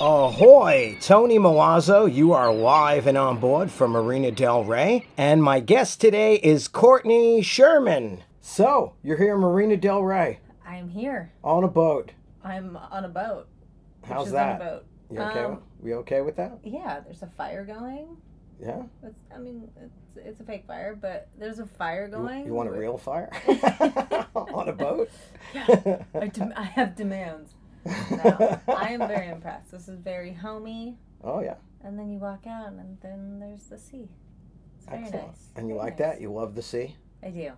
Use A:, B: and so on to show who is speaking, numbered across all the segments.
A: Ahoy! Tony Milazzo, you are live and on board from Marina Del Rey, and my guest today is Courtney Sherman. So, you're here in Marina Del Rey
B: I'm here.
A: on a boat.
B: I'm on a boat. which
A: How's
B: is
A: that?
B: On a boat.
A: You okay?
B: Um,
A: with- we okay with that?
B: Yeah, there's a fire going.
A: Yeah.
B: It's, I mean, it's, it's a fake fire, but there's a fire
A: You-
B: going.
A: You, want a
B: We're-
A: real fire on a boat?
B: Yeah. I, dem- I have demands. No, I am very impressed. This is very homey.
A: Oh yeah,
B: And then you walk out, and then there's the sea. It's very
A: excellent.
B: nice.
A: And you
B: very
A: like
B: nice.
A: that? You love the sea?
B: I do.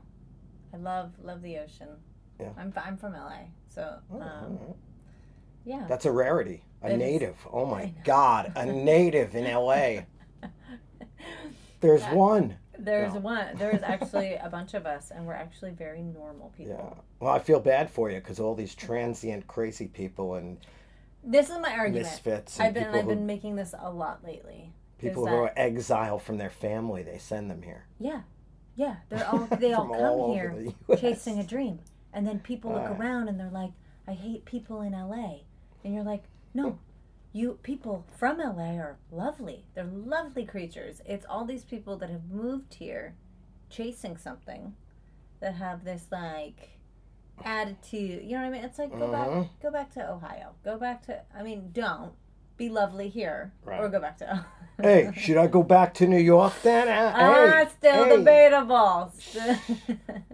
B: I love love the ocean.
A: Yeah.
B: I'm f- I'm from LA, so
A: Oh,
B: um,
A: alright.
B: yeah.
A: That's a rarity. A
B: It is.
A: native. Oh
B: I
A: my
B: know.
A: God, a native in L.A. There's
B: Yeah.
A: one.
B: There's
A: No.
B: one. There is actually a bunch of us, and we're actually very normal people.
A: Yeah. Well, I feel bad for you because all these transient, crazy people and
B: This is my argument.
A: misfits and
B: I've been
A: people,
B: I've
A: who,
B: been making this a lot lately.
A: people
B: is
A: who are
B: that-
A: exiled from their family, they send them here.
B: Yeah, yeah. They're all they all
A: From
B: come
A: all over
B: here
A: the US.
B: chasing a dream, and then people look
A: Ah.
B: around and they're like, "I hate people in L.A." And you're like, "No, you people from L.A. are lovely. They're lovely creatures. It's all these people that have moved here, chasing something, that have this like." attitude you know what i mean it's like go back
A: Mhm.
B: go back to ohio go back to i mean don't be lovely here or
A: Right.
B: go back to
A: Hey, should I go back to New York then? Ah,
B: Ah,
A: hey,
B: still
A: hey,
B: debatable.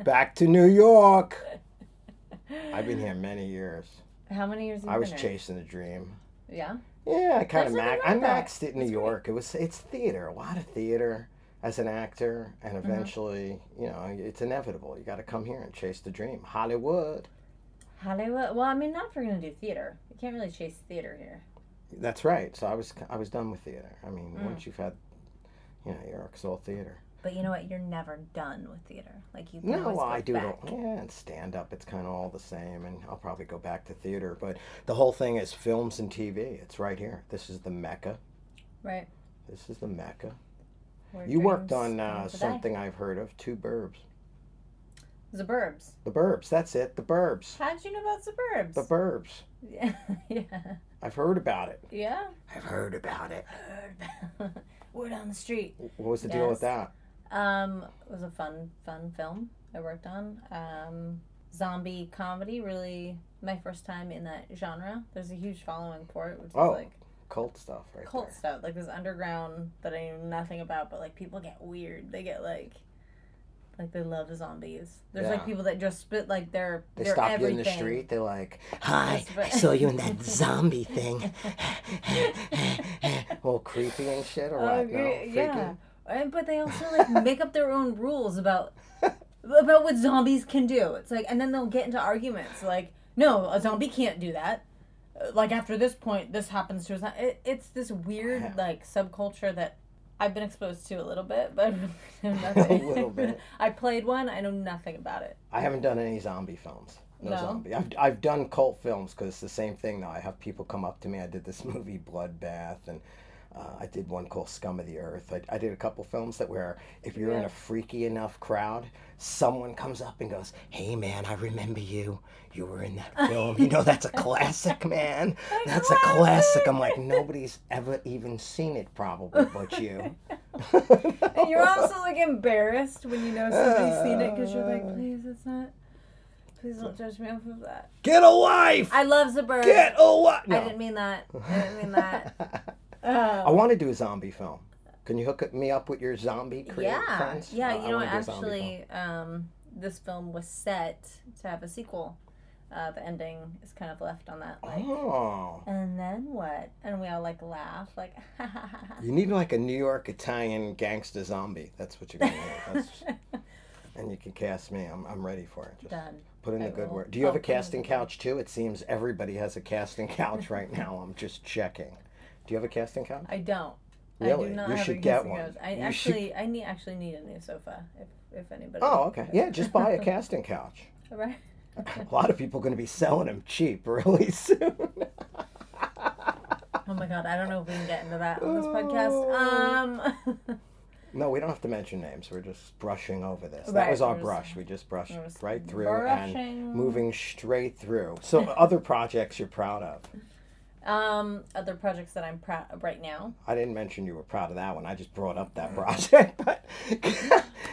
A: Back to New York. I've been here many years.
B: How many years? Have you
A: I was
B: been here?
A: chasing a dream.
B: Yeah.
A: Yeah, I kind of
B: That's not
A: max.
B: bad.
A: I maxed it in New
B: That's great.
A: York. It was it's theater, a lot of theater as an actor, and
B: Mm-hmm.
A: eventually, you know, it's inevitable. You got to come here and chase the dream, Hollywood.
B: Hollywood. Well, I mean, not if you're gonna do theater. You can't really chase theater here.
A: That's right. So I was I was done with theater. I mean,
B: Mm.
A: once you've had, you know, New York's all theater.
B: But you know what? You're never done with theater. Like you. Can
A: No,
B: always
A: well,
B: go
A: I do it
B: back.
A: all. Yeah, and stand up. It's kind of all the same, and I'll probably go back to theater. But the whole thing is films and TV. It's right here. This is the mecca.
B: Right.
A: This is the mecca.
B: Where
A: You worked
B: dreams
A: on
B: come
A: uh,
B: to die.
A: something I've heard of, Two Burbs.
B: Suburbs.
A: The Burbs. That's it. The Burbs.
B: How did you know about suburbs?
A: The Burbs.
B: yeah. yeah.
A: I've heard about it.
B: Yeah.
A: I've heard about it.
B: Heard about- Word on the street.
A: What was the deal with that?
B: Um, it was a fun, fun film I worked on. Um, zombie comedy, really my first time in that genre. There's a huge following for it, which is
A: Oh,
B: like
A: Cult stuff, right
B: cult
A: there.
B: stuff, like this underground that I knew nothing about, but like people get weird. They get like, like they love zombies. There's
A: Yeah.
B: like people that just spit like their
A: They
B: their
A: stop
B: everything.
A: you in the street. They're like, "Hi,
B: That's
A: I
B: right.
A: saw you in that zombie thing." Well, creepy and shit, or
B: Oh,
A: what? No,
B: great, yeah.
A: freaking.
B: And, but they also like make up their own rules about about what zombies can do. It's like, and then they'll get into arguments like, no, a zombie can't do that. Uh, Like after this point, this happens to us. It, it's this weird like subculture that I've been exposed to a little bit, but I really know nothing.
A: little bit.
B: I played one. I know nothing about it.
A: I haven't done any zombie films. No,
B: No?
A: zombie. I've I've done cult films because it's the same thing. Though I have people come up to me. I did this movie Bloodbath, and uh, I did one called Scum of the Earth. I, I did a couple films that where if you're in
B: Yeah.
A: a freaky enough crowd, someone comes up and goes, "Hey man, I remember you. You were in that film. you know that's a classic, man. that's a classic." I'm like, nobody's ever even seen it probably, but you.
B: And you're also like embarrassed when you know somebody's seen it because you're
A: Uh.
B: like, please, it's not. Please don't judge me off of that.
A: Get a life.
B: I love Zaburb.
A: Get a life.
B: I didn't mean that. I didn't mean that. Um,
A: I want to do a zombie film. Can you hook me up with your zombie creative
B: yeah,
A: friends?
B: yeah.
A: Uh,
B: You
A: I
B: know,
A: wanna do a zombie film.
B: actually, um, this film was set to have a sequel. Uh, the ending is kind of left on that, like,
A: Oh,
B: and then what? And we all like laugh, like,
A: you need like a New York Italian gangster zombie. That's what you're gonna need. That's, and you can cast me. I'm, I'm ready for it. Just
B: done.
A: put in
B: I
A: the good
B: will.
A: word. Do you have
B: Oh,
A: a casting couch too? It seems everybody has a casting couch right now. I'm just checking. Do you have a casting couch?
B: I don't. I
A: Really?
B: do not
A: You
B: have
A: should
B: a
A: get
B: casting
A: one.
B: couch. I
A: You should-
B: actually, I need actually need a new sofa if if anybody.
A: Oh, okay. Yeah, just buy a casting couch.
B: Right.
A: A lot of people are going to be selling them cheap really soon.
B: Oh my god, I don't know if we can get into that on this
A: Oh.
B: podcast. Um.
A: No, we don't have to mention names. We're just brushing over this. That
B: Right,
A: was our
B: we're just-
A: brush. We just brushed
B: we're just
A: right through and
B: brushing.
A: moving straight through. So, other projects you're proud of?
B: Um, other projects that I'm proud of right now.
A: I didn't mention you were proud of that one. I just brought up that project, but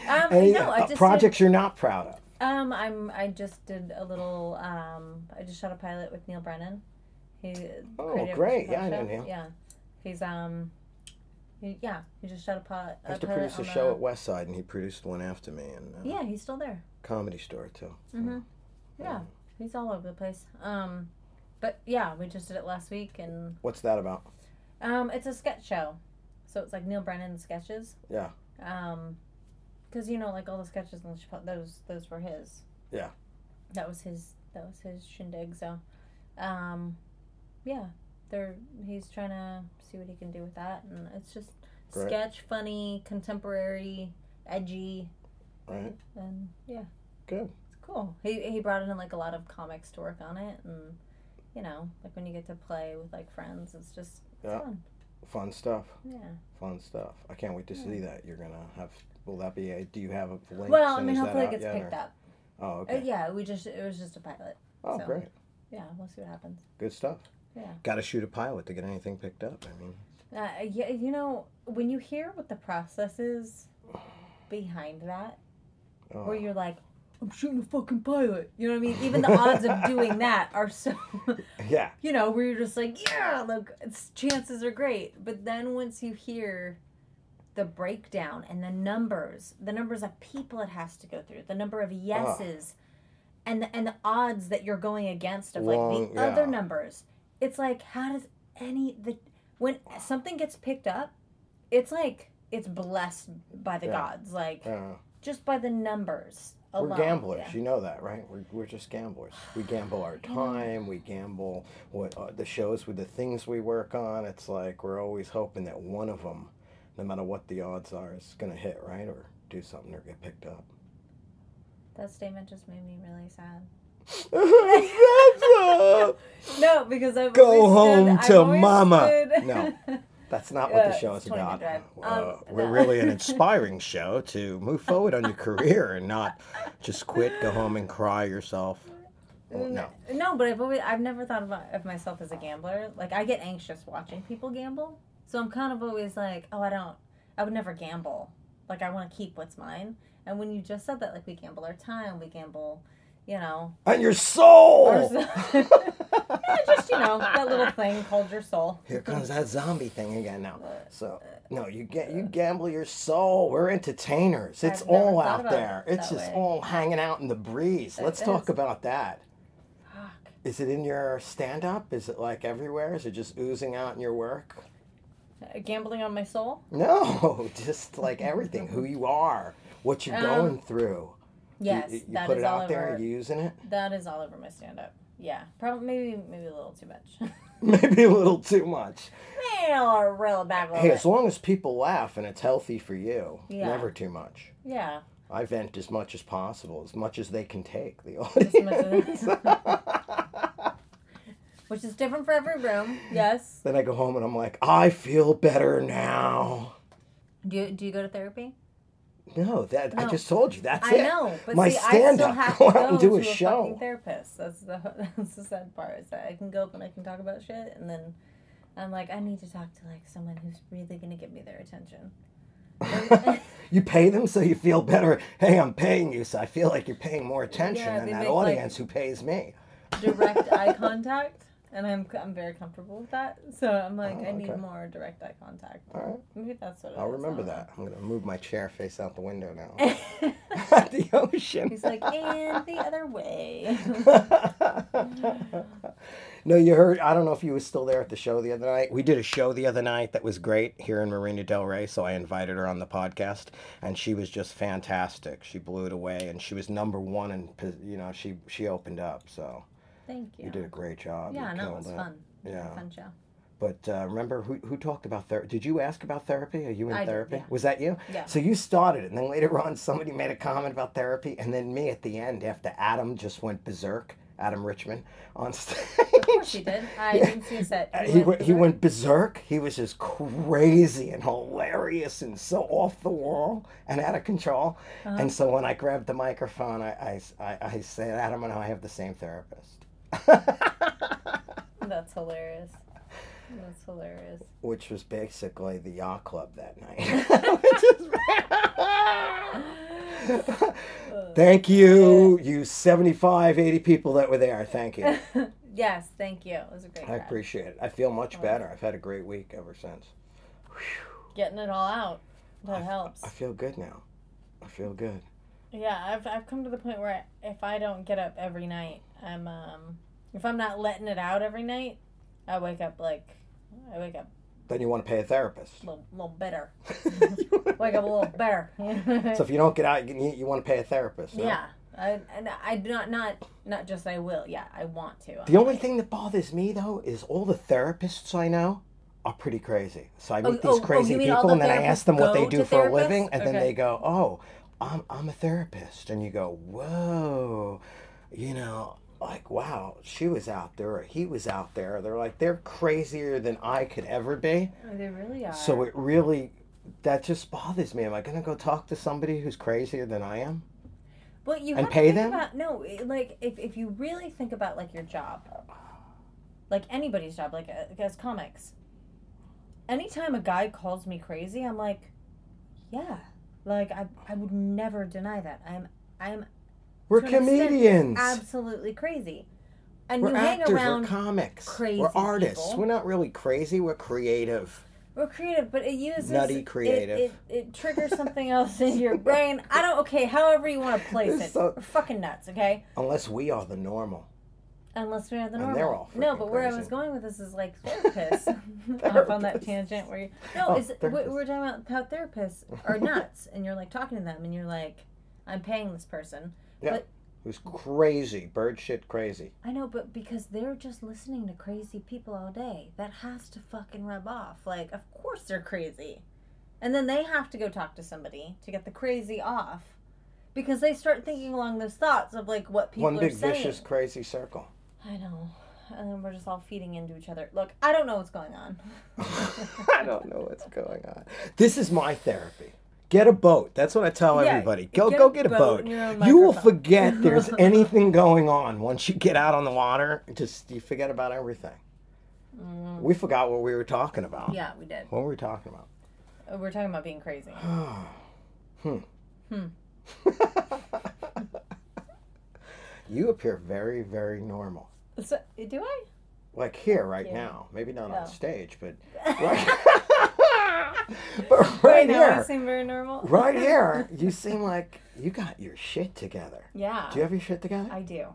B: Um,
A: Any,
B: no, I
A: uh,
B: just
A: projects you're not proud of.
B: did, um, I'm I just did a little um, I just shot a pilot with Neil Brennan. He
A: Oh,
B: created
A: great.
B: Richard
A: Yeah, I know
B: Talk Show.
A: Neil.
B: Yeah, he's um, he, yeah, he just shot a pilot.
A: I used to
B: pilot
A: produce a
B: on
A: show at West Side, and he produced one after me, and uh,
B: Yeah, he's still there.
A: comedy store too.
B: Mhm. Yeah, he's all over the place. Um, but yeah, we just did it last week, and
A: What's that about?
B: um, it's a sketch show, so it's like Neil Brennan sketches.
A: Yeah.
B: Um, because you know, like all the sketches and Chappelle, those those were his.
A: Yeah.
B: That was his. That was his shindig. So, um, yeah, they're he's trying to see what he can do with that, and it's just
A: Great.
B: sketch, funny, contemporary, edgy,
A: Right.
B: and yeah.
A: Good.
B: It's cool. He he brought in like a lot of comics to work on it, and you know, like when you get to play with like friends, it's just it's
A: Yeah.
B: fun.
A: Fun stuff.
B: Yeah.
A: Fun stuff. I can't wait to see that. You're gonna have. Will that be? A, do you have a link?
B: well, I
A: and
B: mean,
A: is that
B: hopefully it
A: out
B: gets
A: yet,
B: picked
A: or-
B: up.
A: Oh,
B: Uh,
A: okay.
B: yeah, we just it was just a pilot.
A: oh,
B: so-
A: great.
B: Yeah, we'll see what happens.
A: Good stuff.
B: Yeah.
A: Got to shoot a pilot to get anything picked up. I mean,
B: Uh, yeah, you know, when you hear what the process is behind that,
A: oh,
B: where you're like, I'm shooting a fucking pilot. You know what I mean? Even the odds of doing that are so.
A: yeah.
B: you know, where you're just like, yeah, look, it's, chances are great. But then once you hear the breakdown and the numbers, the numbers of people it has to go through, the number of yeses, and the, and the odds that you're going against of like
A: Long-
B: the other
A: yeah.
B: numbers, it's like, how does any the when something gets picked up, it's like it's blessed by the
A: Yeah.
B: gods, like
A: Uh,
B: just by the numbers alone.
A: we're gamblers.
B: Yeah.
A: You know that, right? We're, we're just gamblers. We gamble our time. We gamble what uh, the shows with the things we work on. It's like we're always hoping that one of them, no matter what the odds are, is gonna hit right or do something or get picked up.
B: That statement just made me really sad.
A: That's, uh,
B: No, because I've
A: Go
B: always
A: home
B: stood- I've
A: to
B: always
A: mama.
B: stood-
A: No. that's not what the
B: Yeah,
A: show
B: it's
A: is
B: 20
A: about.
B: minute drive.
A: Uh,
B: Um,
A: we're
B: no.
A: really an inspiring show to move forward on your career and not just quit, go home and cry yourself. Well,
B: N-
A: no.
B: No, but I've always I've never thought of, of myself as a gambler. Like I get anxious watching people gamble, so I'm kind of always like, oh, I don't, I would never gamble. Like I want to keep what's mine. And when you just said that, like we gamble our time, we gamble, you know,
A: And your soul.
B: our- Yeah, just you know that little thing called your soul.
A: Here comes that zombie thing again now. So no, you get you gamble your soul. We're entertainers. It's
B: I've never
A: all
B: thought
A: out
B: about
A: there.
B: it
A: It's
B: that
A: just
B: way.
A: all hanging out in the breeze. Let's talk
B: is.
A: about that.
B: Fuck.
A: Is it in your stand up? Is it like everywhere? Is it just oozing out in your work?
B: Uh, Gambling on my soul.
A: No, just like everything. Who you are, what you're
B: Um,
A: going through. You-
B: Yes, that
A: you,
B: is
A: put it
B: all
A: out
B: over.
A: there. You using it?
B: That is all over my stand up. Yeah, probably maybe maybe a little too much.
A: Maybe a little too much.
B: Maybe I'll reel it back a little
A: Hey,
B: bit.
A: as long as people laugh and it's healthy for you,
B: Yeah.
A: never too much.
B: Yeah.
A: I vent as much as possible, as much as they can take. The
B: As much as-
A: audience.
B: Which is different for every room. Yes.
A: then I go home and I'm like, I feel better now.
B: Do you, do you go to therapy?
A: No, that I
B: No.
A: just told you. That's
B: I
A: it.
B: know, but
A: My
B: see, I still
A: stand-up.
B: have
A: Go
B: to
A: out
B: go
A: and do a
B: to a,
A: show.
B: fucking therapist. That's the that's the sad part is that I can go up and I can talk about shit, and then I'm like, I need to talk to like someone who's really gonna give me their attention.
A: You pay them so you feel better. Hey, I'm paying you, so I feel like you're paying more attention
B: Yeah,
A: than
B: they
A: that
B: make, like-
A: audience who pays me.
B: Direct eye contact, and I'm I'm very comfortable with that. So I'm like,
A: Oh,
B: I need
A: okay.
B: more direct eye contact.
A: All right,
B: Maybe that's what it
A: I'll
B: is.
A: remember
B: I don't
A: that. I'm gonna move my chair face out the window now.
B: know.
A: At the ocean.
B: He's like, and the other way.
A: no, you heard. I don't know if you was still there at the show the other night. We did a show the other night that was great here in Marina Del Rey, so I invited her on the podcast, and she was just fantastic. She blew it away, and she was number one, and you know she she opened up. So
B: Thank you.
A: you did a great job.
B: Yeah,
A: you
B: no, it
A: killed
B: was fun. It was a
A: Yeah.
B: fun show.
A: But uh, remember, who, who talked about therapy? Did you ask about therapy? Are you in
B: I did,
A: therapy?
B: yeah.
A: Was that you?
B: Yeah.
A: So you started, and then later on, somebody made a comment about therapy, and then me at the end after Adam just went berserk. Adam Richmond on stage.
B: Of course you did. I didn't see a set.
A: Uh,
B: You
A: he went, he
B: berserk.
A: went berserk. He was just crazy and hilarious and so off the wall and out of control.
B: Uh-huh.
A: And so when I grabbed the microphone, I, I, I, I said, Adam and I have the same therapist.
B: That's hilarious. That's hilarious.
A: which was basically the yacht club that night. Which is- thank you, you 75, 80 people that were there. Thank you.
B: yes, thank you. It was a great
A: I
B: time.
A: appreciate it. I feel
B: Oh.
A: much better. I've had a great week ever since.
B: Getting it all out. That helps.
A: I feel good now. I feel good.
B: Yeah, I've, I've come to the point where I, if I don't get up every night, I'm um if I'm not letting it out every night, I wake up like I wake up
A: Then you want to pay a therapist.
B: a little, little bitter. Wake
A: Wake
B: up a little better.
A: So if you don't get out, you, you want to pay a therapist. no?
B: yeah. I, and I do not not not just I will. Yeah, I want to.
A: The only thing that bothers me though is all the therapists I know are pretty crazy. So I
B: Oh,
A: meet
B: oh,
A: these
B: oh,
A: crazy
B: you mean all
A: people,
B: the
A: and then I ask them what
B: therapists
A: they
B: go
A: do
B: to
A: for a
B: therapists?
A: living, and then
B: Okay.
A: they go, "Oh, I'm I'm a therapist," and you go, "Whoa," you know. Like wow, she was out there, or he was out there. They're like they're crazier than I could ever be.
B: They really are.
A: So it really, that just bothers me. Am I gonna go talk to somebody who's crazier than I am?
B: But you
A: And
B: have
A: pay
B: to think
A: them?
B: About, no, it- like if, if you really think about like your job, like anybody's job, like uh, as comics. Anytime a guy calls me crazy, I'm like, yeah, like I, I would never deny that. I'm I'm
A: We're
B: To an extent,
A: comedians.
B: absolutely crazy, and
A: We're
B: you hang
A: actors,
B: around.
A: we're
B: We're,
A: comics,
B: crazy
A: we're artists.
B: people.
A: We're not really crazy. We're creative.
B: creative, but it uses
A: Nutty
B: it-
A: creative.
B: It, it, triggers something else in your brain. I don't. Okay, however you want to place
A: This
B: it,
A: is so-
B: we're fucking nuts. Okay.
A: Unless we are the normal.
B: Unless we're the normal.
A: And they're all
B: no,
A: freaking
B: but where I was
A: crazy.
B: going with this is like therapists. Off on that
A: Therapists.
B: tangent where you no,
A: Oh,
B: is we-
A: therapists.
B: we're talking about how therapists are nuts, and you're like talking to them, and you're like, I'm paying this person.
A: Who's crazy, bird shit crazy.
B: I know, but because they're just listening to crazy people all day, that has to fucking rub off. Like, of course they're crazy, and then they have to go talk to somebody to get the crazy off, because they start thinking along those thoughts of like what people
A: One
B: are
A: big
B: saying.
A: vicious crazy circle.
B: I know. And then we're just all feeding into each other. Look, I don't know what's going on.
A: I don't know what's going on. This is my therapy. Get a boat. That's what I tell
B: Yeah,
A: everybody. Go
B: get
A: go
B: a
A: get a
B: boat
A: boat.
B: and your own
A: You will
B: microphone.
A: forget there's anything going on once you get out on the water. Just you forget about everything. We forgot what we were talking about.
B: Mm. yeah, we did.
A: What were we talking about?
B: Uh, We're talking about being crazy.
A: You appear very, very normal.
B: So, do I?
A: Like here right
B: Yeah.
A: now. Maybe not
B: Oh.
A: on stage, but right, but right
B: Wait, now I
A: here.
B: seem very normal.
A: Right here, you seem like you got your shit together.
B: Yeah,
A: Do you have your shit together?
B: I do.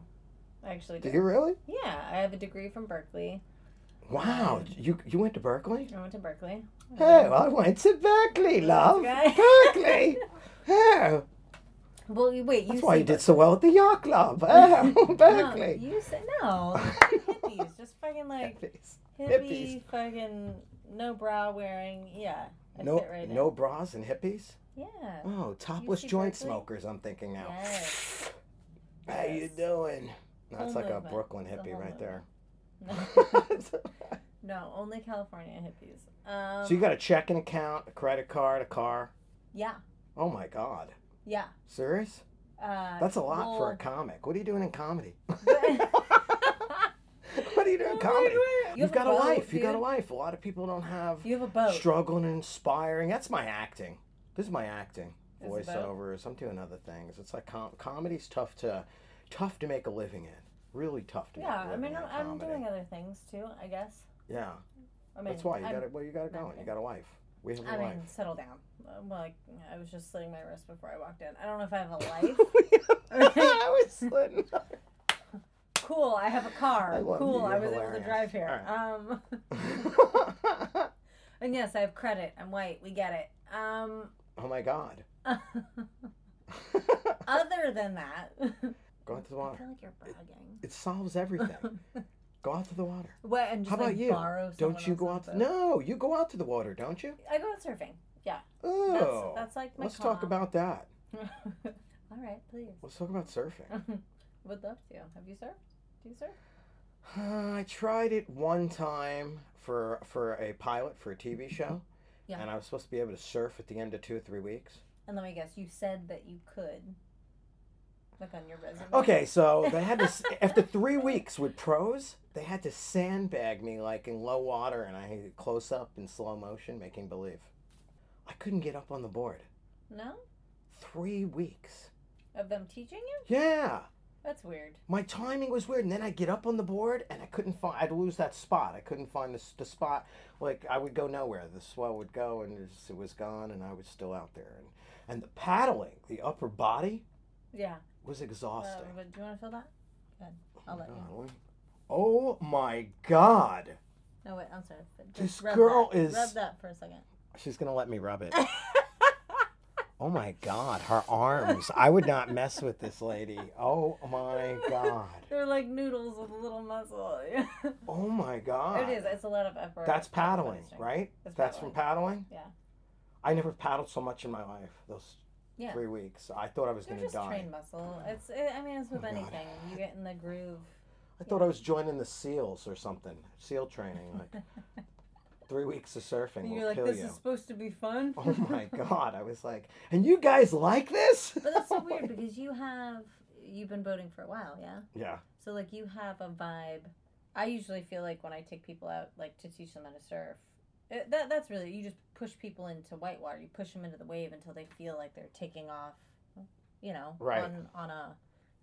B: I actually
A: Do
B: do.
A: you really?
B: Yeah, I have a degree from Berkeley.
A: Wow. You you went to Berkeley?
B: I went to Berkeley.
A: Oh, I went to Berkeley, love.
B: Okay.
A: Berkeley. Oh,
B: Well, you- wait, you
A: that's
B: say
A: why you did so well at the yacht club. Oh, Berkeley.
B: No, you said no. Hippies, just fucking like hippie,
A: Hippies.
B: fucking no bra wearing. Yeah, I
A: No,
B: fit right in.
A: no bras and hippies.
B: Yeah.
A: Oh, topless
B: see
A: joint
B: Berkeley?
A: smokers. I'm thinking now.
B: Yes.
A: How you
B: Yes.
A: doing? That's
B: Whole
A: like a
B: movement.
A: Brooklyn
B: It's a
A: hippie
B: whole
A: right there.
B: No. No, only California hippies. Um,
A: so you got a checking account, a credit card, a car.
B: yeah,
A: Oh my God.
B: yeah.
A: Serious?
B: Uh,
A: That's a lot for a
B: well-
A: comic. What are you doing in comedy? what are you doing in
B: Oh my
A: comedy?
B: word. You
A: You've
B: have a
A: got a
B: boat,
A: life. You got a
B: dude.
A: life. A lot of people don't have
B: You have a boat.
A: struggling and inspiring. That's my acting. This is my acting.
B: This is about-
A: Voiceovers. I'm doing other things. It's like com- comedy's tough to tough to make a living in. Really tough to
B: yeah,
A: make a
B: I
A: living
B: mean,
A: in
B: I'm, I'm
A: comedy.
B: doing other things too. I guess.
A: Yeah,
B: I mean,
A: that's why you
B: I'm-
A: got it. Well, you got it going. You got a wife. We have a
B: I mean,
A: life.
B: settle down. Uh, Well, like, I was just slitting my wrist before I walked in. I don't know if I have a life.
A: I was slitting.
B: cool, I have a car.
A: I love you.
B: cool, I
A: You're
B: was able to
A: hilarious.
B: drive here. Um, and yes, I have credit. I'm white. We get it. Um,
A: oh my god.
B: other than that,
A: Go out to the
B: I
A: water.
B: feel like you're bragging.
A: It solves everything. go out to the water.
B: What and just
A: How about
B: like
A: you?
B: borrow?
A: Don't
B: someone
A: you go out? To,
B: else's boat?
A: no, you go out to the water, don't you?
B: I go out surfing. Yeah,
A: Oh,
B: that's like my
A: Let's talk
B: calm.
A: about that.
B: All right, please.
A: Let's talk about surfing.
B: Would love to. Have you surfed? Do you surf?
A: Uh, I tried it one time for for a pilot for a TV show,
B: Yeah.
A: and I was supposed to be able to surf at the end of two or three weeks.
B: And let me guess, you said that you could. Like on your resume.
A: Okay, so they had to s- after three weeks with pros, they had to sandbag me like in low water, and I close up in slow motion, making believe. I couldn't get up on the board.
B: No?
A: Three weeks.
B: Of them teaching you?
A: Yeah,
B: That's weird.
A: my timing was weird, and then I would get up on the board, and I couldn't find. I'd lose that spot. I couldn't find the, s- the spot. Like I would go nowhere. The swell would go, and it, just, it was gone, and I was still out there. And and the paddling, the upper body
B: Yeah.
A: was
B: Uh,
A: exhausting.
B: but do you want to fill that? Good. I'll let you.
A: Oh my god.
B: No, wait, I'm sorry. But just
A: This
B: rub
A: girl
B: that.
A: is-
B: Rub that for a second.
A: She's gonna let me rub it. oh my god, her arms. I would not mess with this lady. Oh my god.
B: They're like noodles with a little muscle.
A: Oh my god.
B: it is. It's a lot of effort.
A: That's paddling,
B: Hamstring.
A: right?
B: That's
A: That's from paddling?
B: Yeah.
A: I never paddled so much in my life, those
B: Yeah.
A: three weeks. I thought I was
B: You're
A: gonna
B: just
A: die. Oh
B: trained muscle. It's. It, I mean, it's with
A: God.
B: anything. You get in the groove.
A: I thought I was joining the SEALs or something. SEAL training, like three weeks of surfing
B: And
A: will
B: you're like,
A: kill
B: this
A: you.
B: is supposed to be fun.
A: Oh my god, I was like, and you guys like this?
B: But that's so weird because you have you've been boating for a while, yeah.
A: Yeah.
B: So like you have a vibe. I usually feel like when I take people out, like to teach them how to surf, it, that that's really you just push people into whitewater. You push them into the wave until they feel like they're taking off. You know,
A: Right.
B: on on a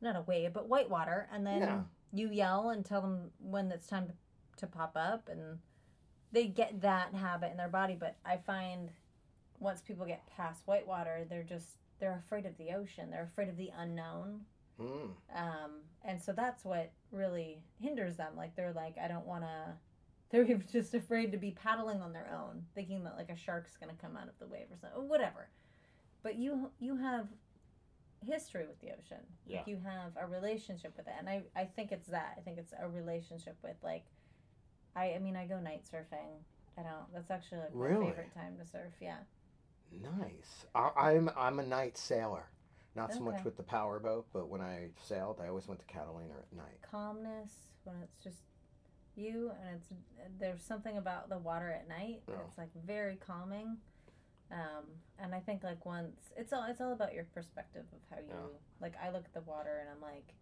B: not a wave but whitewater, and then
A: Yeah.
B: you yell and tell them when it's time to, to pop up, and they get that habit in their body. But I find once people get past whitewater, they're just they're afraid of the ocean. They're afraid of the unknown.
A: Mm.
B: Um, and so that's what really hinders them. Like they're like, I don't want to. They're just afraid to be paddling on their own, thinking that like a shark's gonna come out of the wave or something, whatever. But you you have history with the ocean.
A: Yeah.
B: Like you have a relationship with it, and I I think it's that. I think it's a relationship with like, I I mean I go night surfing. I don't. That's actually like my
A: Really?
B: favorite time to surf. Yeah.
A: Nice. I, I'm I'm a night sailor. Not so much
B: Okay.
A: with the power boat, but when I sailed, I always went to Catalina at night.
B: calmness when it's just you and it's there's something about the water at night
A: Yeah.
B: it's like very calming um, and i think like once it's all it's all about your perspective of how you
A: Yeah.
B: like i look at the water and i'm like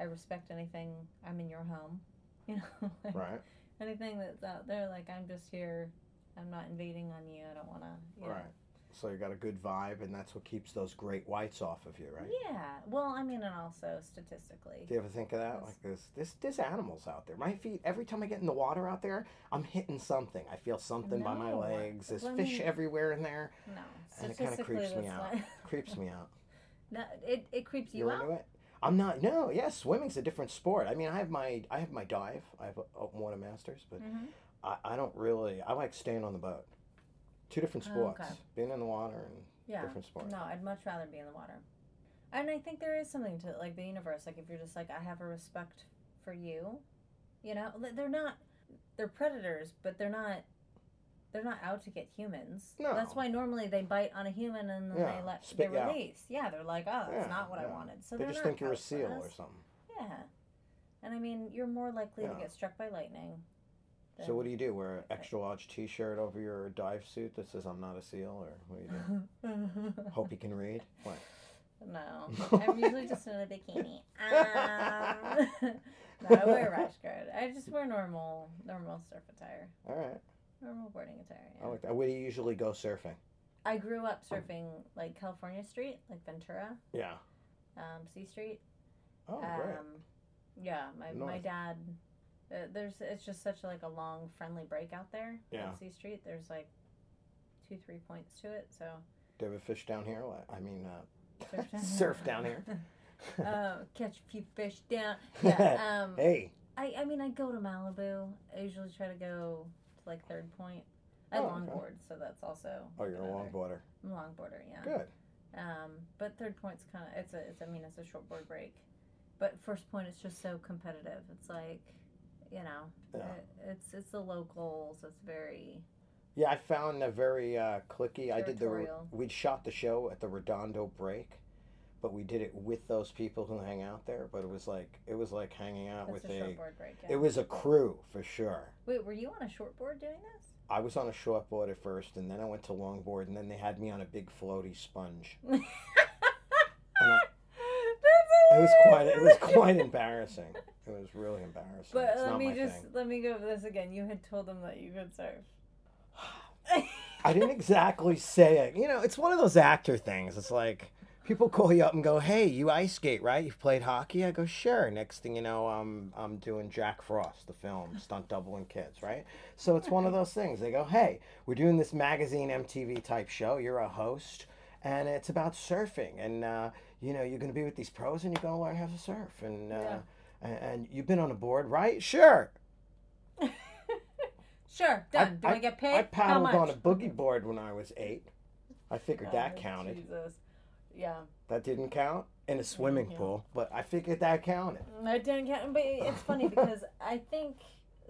B: i respect anything i'm in your home you know like,
A: Right.
B: anything that's out there like i'm just here i'm not invading on you i don't want to
A: Right. So you got a good vibe, and that's what keeps those great whites off of you, right?
B: yeah well i mean and also statistically
A: Do you ever think of that? Like this, this, this animals out there. My feet. Every time I get in the water out there, I'm hitting something. I feel something by my
B: know.
A: legs. There's
B: Well, I
A: fish
B: mean-
A: everywhere in there.
B: no
A: And it kinda
B: statistically
A: creeps me
B: that's
A: out.
B: not-
A: Creeps me out.
B: no it, it creeps you
A: You're
B: out
A: into it. I'm not. No. Yeah. Swimming's a different sport. I mean, I have my, I have my dive. I have a open water masters, but
B: Mhm.
A: I, I don't really. I like staying on the boat. Two different
B: Oh,
A: sports:
B: okay.
A: being in the water and
B: Yeah.
A: different sports.
B: No, I'd much rather be in the water. And I think there is something to like the universe. Like if you're just like I have a respect for you, you know, Like, they're not they're predators, but they're not they're not out to get humans.
A: No.
B: That's why normally they bite on a human and then
A: Yeah,
B: they let
A: spit
B: they
A: you out.
B: release. Yeah, they're like, oh,
A: Yeah,
B: that's not what I
A: yeah.
B: wanted. So
A: they
B: are
A: just
B: not
A: think you're a
B: out for
A: seal
B: us.
A: or something.
B: Yeah, and I mean you're more likely
A: Yeah.
B: to get struck by lightning.
A: So
B: than-
A: what do you do? Wear an
B: Okay.
A: extra large T-shirt over your dive suit that says "I'm not a seal," or what do you do? Hope you can read. What?
B: No, I'm usually just in a bikini. Um, no, I wear a rash guard. I just wear normal, normal surf attire,
A: All right.
B: normal boarding attire.
A: I
B: Yeah.
A: like that. Where do you usually go surfing?
B: I grew up surfing like California Street, like Ventura,
A: Yeah.
B: um, C Street.
A: Oh, great.
B: um, yeah, my my
A: North.
B: dad. Uh, there's it's just such like a long friendly break out there
A: Yeah.
B: on C Street. There's like two three points to it, so
A: Do you ever fish down here? What? I mean, uh,
B: surf down here.
A: surf down here.
B: uh, catch a few fish down. Yeah, um,
A: Hey.
B: I, I mean, I go to Malibu. I usually try to go to like Third Point. I
A: Oh, okay.
B: longboard, so that's also.
A: Oh, you're a
B: another-
A: longboarder.
B: I'm a longboarder, yeah.
A: Good.
B: Um, but Third Point's kind of it's a it's I mean it's a short board break, but First Point it's just so competitive. It's like, you know,
A: Yeah.
B: it, it's it's the locals. It's very
A: Yeah, I found a very uh, clicky. I did the
B: Territorial.
A: we shot the show at the Redondo Break, but we did it with those people who hang out there. But it was like it was like hanging out
B: it's
A: with
B: a short
A: a.
B: board break.
A: It
B: Yeah.
A: was a crew for sure.
B: Wait, were you on a short board doing this?
A: I was on a short board at first, and then I went to longboard, and then they had me on a big floaty sponge.
B: That's
A: And I-
B: a
A: it was quite it was quite embarrassing. It was really embarrassing.
B: But
A: it's
B: let
A: not
B: me
A: my
B: just
A: thing.
B: let me go over this again. You had told them that you could surf.
A: I didn't exactly say it. You know, it's one of those actor things. It's like people call you up and go, "Hey, you ice skate, right? You've played hockey." I go, "Sure." Next thing you know, I'm I'm doing Jack Frost, the film, stunt doubling kids, right? So it's one of those things. They go, "Hey, we're doing this magazine MTV type show. You're a host." And it's about surfing, and uh, you know you're going to be with these pros, and you're going to learn how to surf, and uh,
B: Yeah.
A: and, and you've been on a board, right? Sure.
B: Sure, done. Do I, get paid?
A: I
B: How
A: paddled
B: much?
A: on a boogie board when I was eight. I figured that
B: Oh,
A: counted.
B: Jesus. Yeah,
A: That didn't count in a swimming
B: Yeah.
A: pool, but I figured that counted.
B: that Mm, didn't count. But it's funny because I think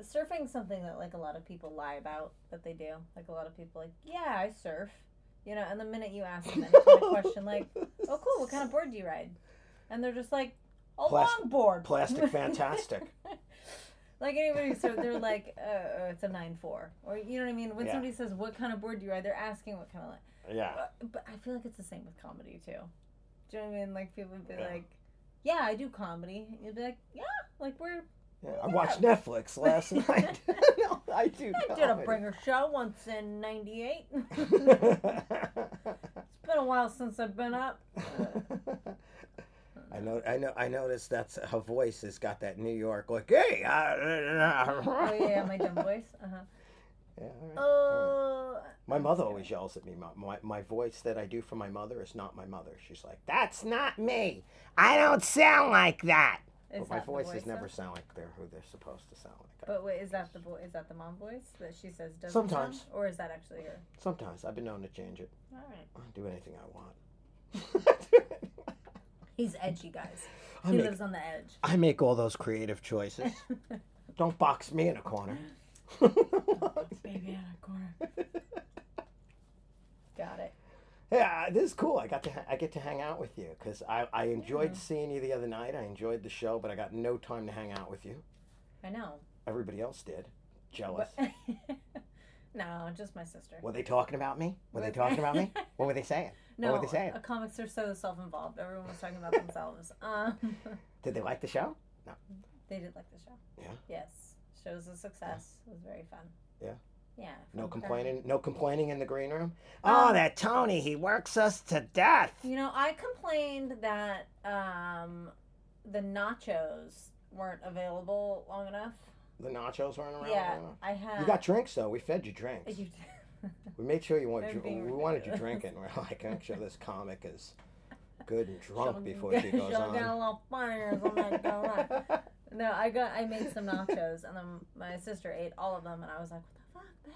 B: surfing's something that like a lot of people lie about that they do. Like a lot of people, like yeah, I surf. You know, and the minute you ask them any kind of question, like, oh cool, what kind of board do you ride? And they're just like, a
A: Plas-
B: long board.
A: plastic fantastic.
B: Like anybody, so they're like, uh, uh, it's a nine four, or you know what I mean. When
A: Yeah.
B: somebody says, "What kind of board do you ride?" they're asking what kind of. Li-
A: Yeah.
B: but, but I feel like it's the same with comedy too. Do you know what I mean? Like people would be
A: Yeah.
B: like, "Yeah, I do comedy." And You'd be like, "Yeah, like we're
A: yeah. I watched Netflix last night. no, I do.
B: I did a bringer show once in '98. it's
A: bringer.
B: been a while since I've been up."
A: I know. I know. I noticed that's her voice has got that New York like. Hey. I,
B: Oh yeah, my dumb voice. Uh huh.
A: Yeah, all right.
B: Oh.
A: My mother always yells at me. My, my, my voice that I do for my mother is not my mother. She's like, that's not me. I don't sound like that.
B: Is
A: but my
B: that the
A: voices
B: voice,
A: never
B: though?
A: sound like they're who they're supposed to sound like.
B: But wait, is that the boy? Is that the mom voice that she says doesn't?
A: Sometimes.
B: sound? or is that actually her?
A: Sometimes I've been known to change it.
B: All right.
A: I do anything I want.
B: He's edgy, guys.
A: I
B: he
A: make,
B: lives on the edge.
A: I make all those creative choices. don't box me in a corner.
B: Baby out of corner. Got it.
A: Yeah, this is cool. I got to ha- I get to hang out with you because I, I enjoyed seeing you the other night. I enjoyed the show, but I got no time to hang out with you.
B: I know.
A: Everybody else did. Jealous.
B: But- no, just my sister.
A: Were they talking about me? Were they talking about me? What were they saying?
B: No,
A: What were they saying?
B: uh, comics are so self-involved. Everyone was talking about themselves. Um,
A: Did they like the show?
B: they did like the show.
A: Yeah.
B: Yes, show was a success. It was very fun.
A: Yeah.
B: Yeah.
A: No
B: fun
A: complaining. No complaining in the green room.
B: Um,
A: Oh, that Tony, he works us to death.
B: You know, I complained that um, the nachos weren't available long enough.
A: The nachos weren't around.
B: yeah,
A: long enough.
B: I had.
A: You got drinks though. We fed you drinks.
B: You
A: We made sure you wanted.
B: They're
A: Dr-
B: being
A: we wanted you
B: ridiculous.
A: drinking. We're like, make sure this comic is good and drunk
B: Shall-
A: before she goes
B: shall Oh
A: on.
B: get a little funnier as I'm not going on. No, I got I made some nachos and then my sister ate all of them and I was like, What the fuck,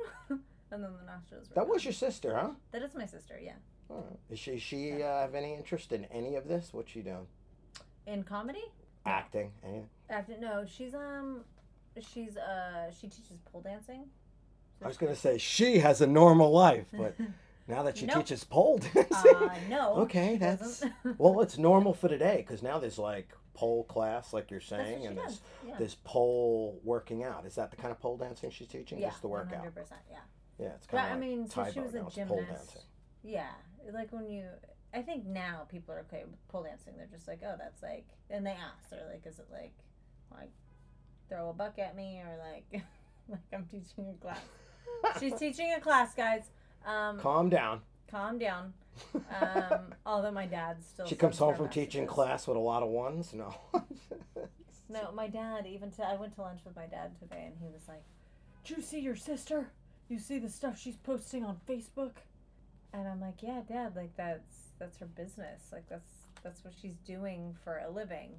B: bitch? and then the nachos were
A: that was
B: gone.
A: your sister, huh?
B: That is my sister, yeah.
A: All right. Is she she uh, have any interest in any of this? What's she doing?
B: In comedy?
A: Acting? Anything?
B: After no, she's um she's uh she teaches pole dancing.
A: I was gonna say she has a normal life, but now that she
B: Nope.
A: teaches pole dancing,
B: uh no.
A: okay,
B: she
A: that's
B: doesn't.
A: well, it's normal for today because now there's like pole class, like you're
B: That's what
A: saying,
B: she
A: and
B: does.
A: there's
B: Yeah.
A: there's pole working out. Is that the kind of pole dancing she's teaching?
B: yeah,
A: Just the workout?
B: 100%, yeah.
A: Yeah, it's
B: But
A: kind of like
B: I mean, so she
A: Taibo
B: was
A: now,
B: a
A: it's pole
B: gymnast.
A: dancing.
B: Yeah, like when you, I think now people are okay with pole dancing. They're just like, oh, that's like, and they ask, they're like, is it like, like, throw a buck at me or like, like I'm teaching a class. She's teaching a class, guys. Um,
A: Calm down.
B: calm down. Um, although my dad still.
A: she comes
B: sends
A: home
B: her
A: from teaching
B: messages.
A: class with a lot of ones. No.
B: No, my dad. Even to, I went to lunch with my dad today, and he was like, "Did you see your sister? You see the stuff she's posting on Facebook?" And I'm like, "Yeah, Dad. Like that's that's her business. Like that's that's what she's doing for a living."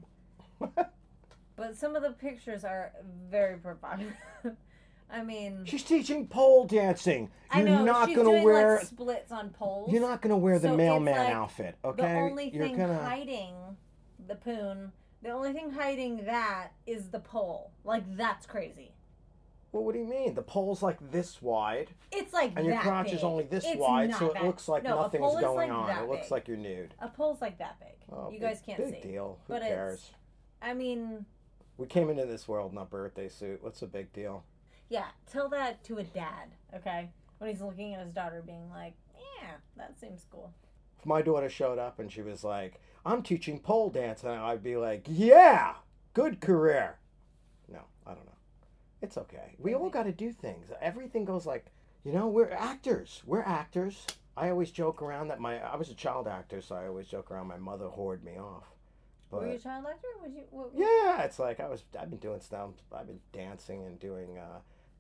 B: But some of the pictures are very provocative. I mean,
A: she's teaching pole dancing.
B: I
A: You're
B: know
A: not
B: she's
A: gonna
B: doing
A: wear.
B: like splits on poles.
A: you're not gonna wear the
B: So it's
A: mailman
B: like
A: outfit, okay?
B: the only
A: you're
B: thing
A: gonna.
B: hiding the poon. The only thing hiding that is the pole. Like that's crazy.
A: Well, what do you mean? The pole's like this wide,
B: It's like
A: and your
B: that
A: crotch
B: big.
A: is only this
B: It's
A: wide,
B: not
A: so it
B: that-
A: looks like
B: no, a
A: nothing's
B: pole is
A: going
B: like
A: on.
B: that
A: It looks
B: big.
A: like you're nude.
B: a pole's like that big.
A: Oh,
B: you
A: big-
B: guys can't
A: big
B: see.
A: deal. Who
B: but it's-
A: cares?
B: I mean,
A: We came into this world in a birthday suit. What's the big deal?
B: yeah. Tell that to a dad, okay? When he's looking at his daughter, being like, "Yeah, that seems cool."
A: if my daughter showed up and she was like, I'm teaching pole dance now, I'd be like, yeah, good career. No, I don't know. It's okay. We all got to do things. Everything goes like, you know, we're actors. We're actors. I always joke around that my I was a child actor, so I always joke around my mother hoarded me off.
B: Were you a child actor? Would you? What,
A: Yeah, it's like I was. I've been doing stuff. I've been dancing and doing uh,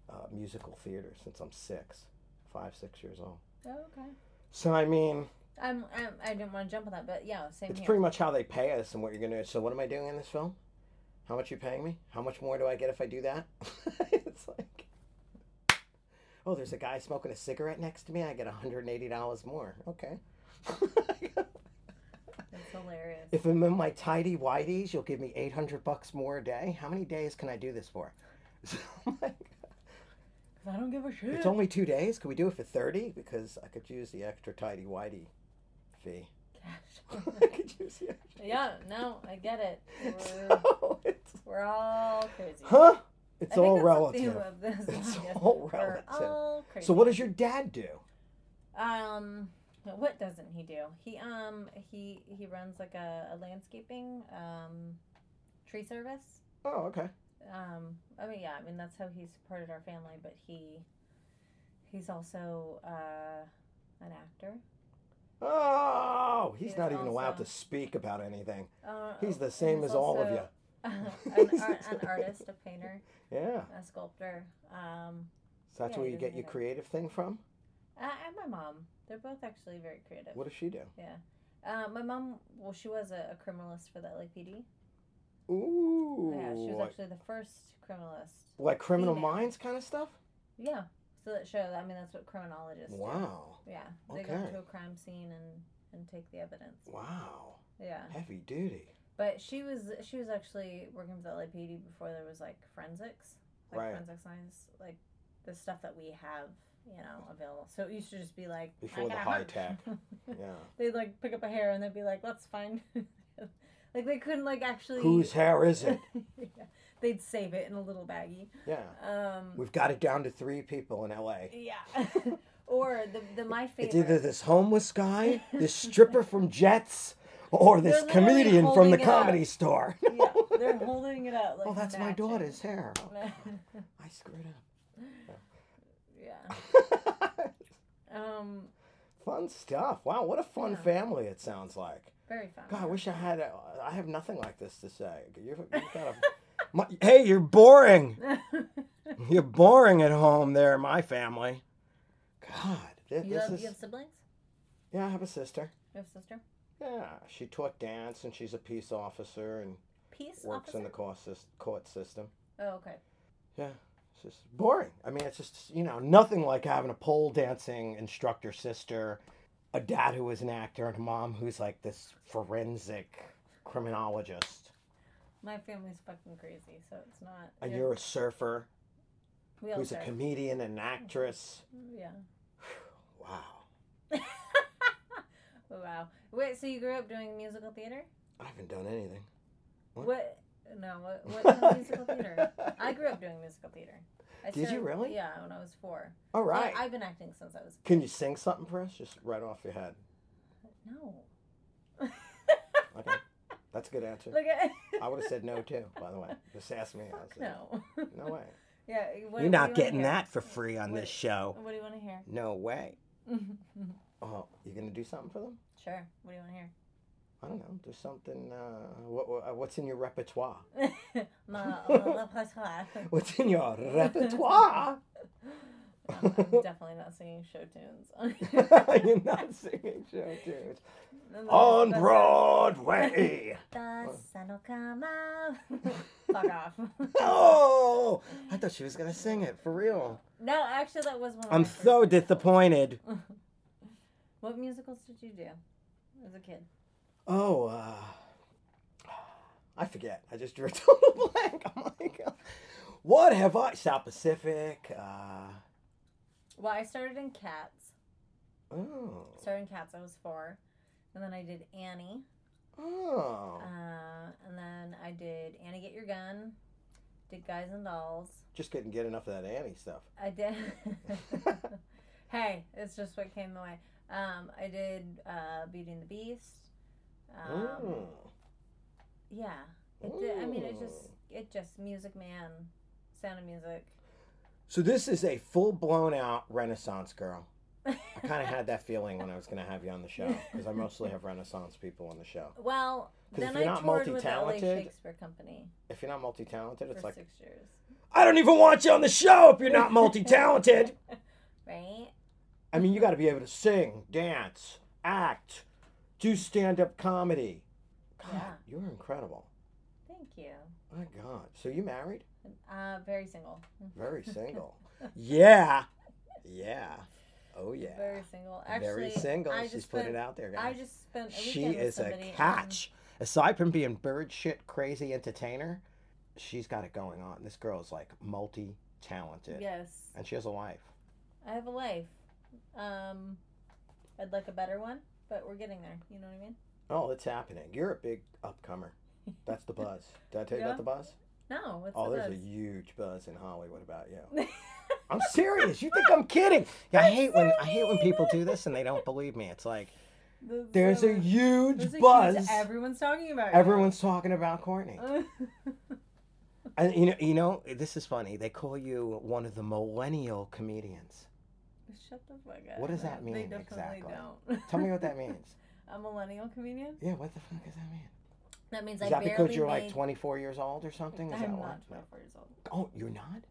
A: uh, musical theater since I'm six, five, six years old.
B: Oh, okay.
A: So I mean,
B: I'm, I'm. I didn't want to jump on that, but yeah, same
A: it's
B: here.
A: pretty much how they pay us and what you're gonna. So what am I doing in this film? How much you paying me? How much more do I get if I do that? it's like, oh, there's a guy smoking a cigarette next to me. I get 180 dollars more. Okay.
B: That's hilarious.
A: if I'm in my tidy whiteys, you'll give me 800 bucks more a day. How many days can I do this for? So I'm like,
B: 'Cause I don't give a shit.
A: It's only two days. Could we do it for thirty? Because I could use the extra tidy whitey fee.
B: Cash.
A: I could use the extra.
B: yeah. No, I get it. We're,
A: So it's,
B: we're all crazy.
A: huh? It's
B: I think
A: all
B: that's the
A: relative.
B: theme of this
A: It's
B: podcast.
A: all
B: We're
A: relative.
B: all crazy.
A: So what does your dad do?
B: Um, what doesn't he do? He um he he runs like a, a landscaping um tree service.
A: Oh, okay.
B: Um, I mean yeah, I mean that's how he supported our family. But he he's also uh an actor.
A: Oh, he's
B: He's
A: not even allowed
B: also-
A: to speak about anything.
B: Uh,
A: He's the same as all of you.
B: an, ar- an artist, a painter,
A: Yeah.
B: a sculptor. Um,
A: So that's
B: Yeah,
A: where
B: he
A: you
B: doesn't
A: get
B: do
A: your
B: that.
A: creative thing from.
B: I, and my mom. They're both actually very creative.
A: What does she do?
B: Uh, my mom, well, she was a, a criminalist for the LAPD.
A: Ooh.
B: Yeah, she was
A: like,
B: actually the first criminalist.
A: like Criminal
B: female.
A: Minds kind of stuff.
B: Yeah. So that shows. I mean, that's what criminologists.
A: Wow.
B: Do. Yeah. They go
A: Okay.
B: to a crime scene and and take the evidence.
A: Wow.
B: Yeah.
A: Heavy duty.
B: But she was she was actually working for the LAPD before there was like forensics, like
A: Right.
B: forensic science, like the stuff that we have, you know, available. So it used to just be like I
A: Before the
B: got a
A: high
B: hunch.
A: tech. Yeah.
B: they'd like pick up a hair and they'd be like, let's find. like they couldn't like actually.
A: Whose hair is it?
B: yeah. They'd save it in a little baggie.
A: Yeah.
B: Um.
A: We've got it down to three people in LA.
B: Yeah. or the the my favorite.
A: It's either this homeless guy, this stripper from Jets, or this
B: They're literally
A: comedian from the
B: holding it
A: comedy store.
B: yeah, they're holding it up. Like,
A: Oh, that's my
B: matching.
A: daughter's hair. Oh, I screwed
B: yeah.
A: up.
B: Um.
A: fun stuff. Wow, what a fun
B: Yeah. Oh,
A: family it sounds like.
B: Very fun.
A: God, I wish I had. A, I have nothing like this to say. You've, you've got a, my, hey, you're boring. You're boring at home there, my family. God, thi-
B: you,
A: this
B: have,
A: is.
B: you have siblings?
A: Yeah, I have a sister.
B: You have a sister?
A: Yeah, she taught dance and she's a peace officer and
B: Peace
A: works
B: officer.
A: in the court, sys- court system.
B: Oh, okay.
A: Yeah, it's just boring. I mean, it's just, you know, nothing like having a pole dancing instructor sister, a dad who is an actor, and a mom who's like this forensic criminologist.
B: My family's fucking crazy, so it's not.
A: And
B: yeah,
A: you're a surfer
B: we all
A: who's a
B: serve.
A: comedian and an actress.
B: Yeah.
A: Wow.
B: Wow. Wait. So you grew up doing musical theater?
A: I haven't done anything. What?
B: What? No. What? What kind of musical theater? I grew up doing musical theater. I
A: Did you really?
B: Yeah, when I was four.
A: All
B: Yeah,
A: right.
B: I've been acting since I was.
A: Can you sing something for us? Just right off your head.
B: No.
A: Okay. That's a good answer.
B: Look at.
A: I would have said no too, by the way. Just ask me. I
B: Fuck
A: was like,
B: no.
A: No way.
B: yeah. What,
A: You're
B: what do
A: not
B: you wanna
A: getting
B: hear?
A: that for free on
B: What-
A: this show.
B: What do you want to hear?
A: No way. Oh, you gonna do something for them?
B: sure. What do you want to hear?
A: I don't know. Do something. Uh, what, what- what's in your repertoire?
B: Ma- ma- la patois.
A: What's in your repertoire?
B: No, I'm definitely not singing show tunes.
A: You're not singing show tunes on Broadway.
B: The sun will come out. Fuck off.
A: Oh, I thought she was gonna sing it for real.
B: No, actually, that was one. Of
A: I'm
B: my first
A: so
B: musicals.
A: disappointed.
B: What musicals did you do as a kid?
A: Oh, uh, I forget. I just drew a total blank. I'm like, uh, what have I? South Pacific. Uh,
B: Well, I started in Cats.
A: oh,
B: Started in Cats. I was four, and then I did Annie.
A: oh.
B: Uh, and then I did Annie Get Your Gun, did Guys and Dolls.
A: Just couldn't get enough of that Annie stuff.
B: I did. hey, it's just what came my way. Um, I did uh, Beauty and the Beast. Um,
A: Mm.
B: Yeah, it did, I mean, it just
A: Ooh.
B: it just Music Man, Sound of Music.
A: So this is a full blown out Renaissance girl. I kind of had that feeling when I was going to have you on the show because I mostly have Renaissance people on the show.
B: Well,
A: 'Cause if
B: then
A: you're
B: I
A: not
B: toured with the LA
A: multi-talented-
B: Shakespeare Company
A: If you're not multi talented,
B: for
A: it's like
B: six years,
A: I don't even want you on the show if you're not multi talented.
B: right?
A: I mean, you got to be able to sing, dance, act, do stand up comedy. God,
B: Yeah.
A: you're incredible.
B: Thank you.
A: My God. So you married?
B: Uh, very single.
A: Very single. yeah. Yeah. Oh yeah.
B: Very single. Actually,
A: Very single.
B: I
A: She's
B: just
A: put
B: spent-
A: it out there, guys.
B: I just spent. A
A: she
B: weekend with
A: is
B: somebody um,
A: a
B: and-
A: catch. Aside from being bird shit crazy entertainer, she's got it going on. This girl is like multi talented,
B: yes,
A: and she has a wife.
B: I have a life. Um, I'd like a better one, but we're getting there. You know what I mean?
A: Oh, it's happening. You're a big upcomer. That's the buzz. Did I tell you
B: Yeah.
A: about the buzz?
B: No, what's
A: Oh,
B: the
A: there's a
B: buzz?
A: huge buzz in Hollywood about you. I'm serious. You think I'm kidding? Yeah, I
B: I'm
A: hate when
B: so
A: I hate when people do
B: mean.
A: this and they don't believe me. It's like
B: There's
A: there's a
B: so-
A: huge
B: there's a huge-
A: buzz.
B: Everyone's talking about it.
A: Everyone's talking about Courtney.
B: oh
A: And you know, you know, this is funny. They call you one of the millennial comedians.
B: Shut the fuck up.
A: What does that
B: They
A: mean
B: definitely
A: exactly?
B: don't.
A: Tell me what that means.
B: a millennial comedian?
A: Yeah, what the fuck does that mean?
B: That means
A: Is
B: I
A: that
B: barely
A: because you're
B: made...
A: like 24 years old or something? Is that
B: I'm
A: why?
B: not
A: No.
B: 24 years old.
A: Oh, you're not?